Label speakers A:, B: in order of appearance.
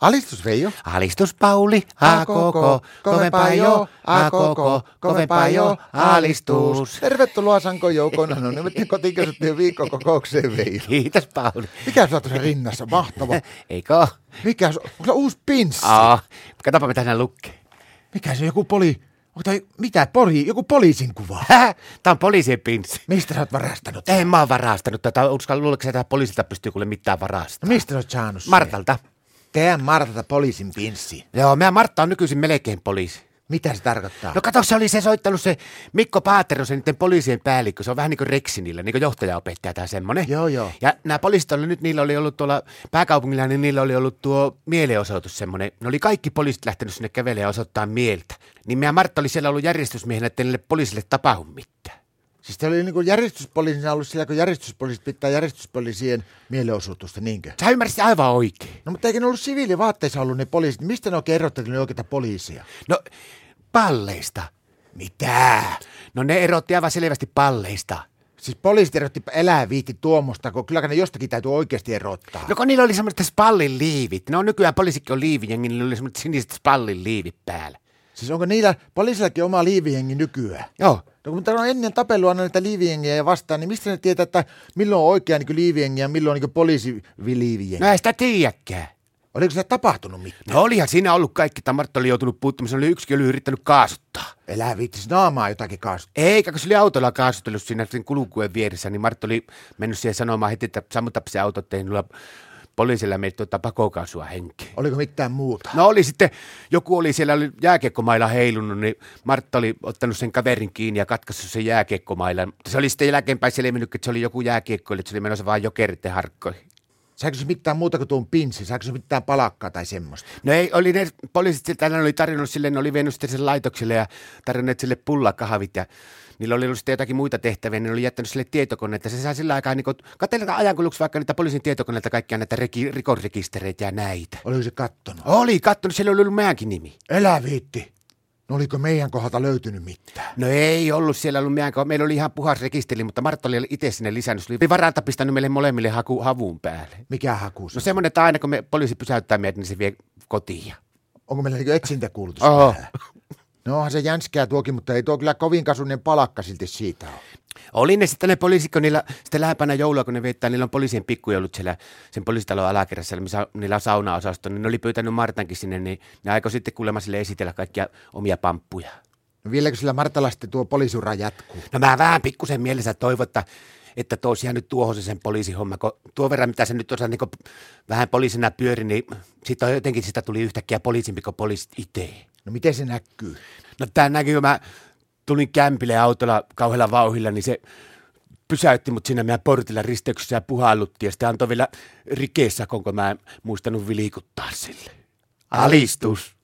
A: Alistus Veijo.
B: Alistus Pauli, a koko, kovempaa jo, a koko, kovempaa jo, alistus.
A: Tervetuloa Sanko Joukona, no nimittäin kotikäsitteen viikkokokoukseen Veijo.
B: Kiitos Pauli.
A: Mikä sulla tuossa rinnassa, mahtava.
B: Eikö oo?
A: Mikä se, onko se uusi pinssi?
B: Aa, katsopa mitä sinä lukee.
A: Mikä se, joku poli, onko tai mitä, pori, joku poliisin kuva?
B: Häh? Tää on poliisien pinssi.
A: Mistä sä oot varastanut?
B: En mä oon varastanut tätä, uskalla luuleeko että poliisilta pystyy kuule mitään
A: No
B: varastamaan?
A: mistä sä oot saanut sen?
B: Martalta.
A: Tehän Martalta poliisin pinssi.
B: Joo, meidän Martta on nykyisin melkein poliisi.
A: Mitä se tarkoittaa?
B: No kato, se oli se soittanut se Mikko Paatero, se niiden poliisien päällikkö. Se on vähän niin kuin Rexinillä, niin kuin johtajaopettaja tai semmoinen.
A: Joo, joo.
B: Ja nämä poliisit oli nyt, niillä oli ollut tuolla pääkaupungilla, niin niillä oli ollut tuo mielenosoitus semmoinen. Ne oli kaikki poliisit lähtenyt sinne kävelemään ja osoittaa mieltä. Niin meidän Martta oli siellä ollut järjestysmiehenä, ettei niille poliisille tapahdu mitään.
A: Siis te oli niinku järjestyspoliisina ollut sillä, kun järjestyspoliisit pitää järjestyspoliisien mielenosoitusta, niinkö?
B: Sä ymmärsit aivan oikein.
A: No mutta eikö ne ollut siviilivaatteissa ollut ne poliisit? Mistä ne on kerrottu, että ne oli oikeita poliisia?
B: No, palleista. Mitä? No ne erotti aivan selvästi palleista.
A: Siis poliisit erotti elää viitti tuomosta, kun kyllä ne jostakin täytyy oikeasti erottaa.
B: No kun niillä oli semmoiset spallin liivit. No nykyään poliisikin on liivijengi, niillä oli semmoiset siniset spallin liivit päällä.
A: Siis onko niillä poliisillakin oma liivijengi nykyään?
B: Joo.
A: No kun täällä on ennen tapellut aina näitä liivijengiä ja vastaan, niin mistä ne tietää, että milloin on oikea niin liivijengi ja milloin on niin poliisiliivijengi?
B: No ei sitä tiedäkään.
A: Oliko se tapahtunut mitään?
B: No olihan siinä ollut kaikki, että Martta oli joutunut puuttumaan. Se oli yksikin oli yrittänyt kaasuttaa.
A: Elää viittis naamaa jotakin kaasua.
B: Eikä, kun se oli autolla kaasutellut siinä sen kulukuen vieressä, niin Martta oli mennyt siihen sanomaan heti, että sammutapa se auto, ettei nulla poliisilla meitä tuota pakokaasua henki.
A: Oliko mitään muuta?
B: No oli sitten, joku oli siellä oli jääkiekkomailla heilunut, niin Martta oli ottanut sen kaverin kiinni ja katkaissut sen jääkiekkomailla. Mutta Se oli sitten jälkeenpäin selvinnyt, että se oli joku jääkiekkoilija, että se oli menossa vaan jokeritten harkkoihin.
A: Saiko se mitään muuta kuin tuon pinssi? Saiko se mitään palakkaa tai semmoista?
B: No ei, oli ne poliisit sieltä, ne oli tarjonnut sille, ne oli vienyt sitten sen laitokselle ja tarjonneet sille pullakahvit ja niillä oli ollut sitten jotakin muita tehtäviä, niin ne oli jättänyt sille tietokoneita. Se sai sillä aikaa, niin katsella ajankuluksi vaikka niitä poliisin tietokoneita kaikkia näitä reki, rikosrekistereitä ja näitä.
A: Oliko se kattonut?
B: Oli, kattonut, siellä oli ollut meidänkin nimi.
A: Elää viitti. No oliko meidän kohdalta löytynyt mitään?
B: No ei ollut siellä ollut meidän, meillä oli ihan puhas rekisteri, mutta Martta oli itse sinne lisännyt. Se oli varalta pistänyt meille molemmille haku, havuun päälle.
A: Mikä haku se?
B: No semmoinen, että aina kun me poliisi pysäyttää meidät, niin se vie kotiin.
A: Onko meillä niinku etsintäkuulutus?
B: Oho.
A: päällä? No onhan se jänskää tuokin, mutta ei tuo kyllä kovin kasuinen palakka silti siitä ole.
B: Oli ne sitten ne poliisit, kun niillä sitten lähempänä joulua, kun ne viettää, niillä on poliisien pikkujoulut siellä sen poliisitalon alakerrassa, missä niillä on saunaosasto, niin ne oli pyytänyt Martankin sinne, niin ne aikoi sitten kuulemma sille esitellä kaikkia omia pamppuja.
A: No vieläkö sillä Martalla sitten tuo poliisura jatkuu?
B: No mä vähän pikkusen mielessä toivon, että, että toisi jäänyt tuohon se sen poliisihomma, kun tuo verran mitä se nyt osaa niin vähän poliisina pyöri, niin sit on jotenkin sitä tuli yhtäkkiä poliisimpi kuin poliisit itse.
A: No miten se näkyy?
B: No tää näkyy, mä tulin kämpille autolla kauhealla vauhilla, niin se pysäytti mut siinä meidän portilla risteyksessä ja puhallutti ja sitten antoi vielä rikeessä, kun mä en muistanut vilikuttaa sille. Alistus.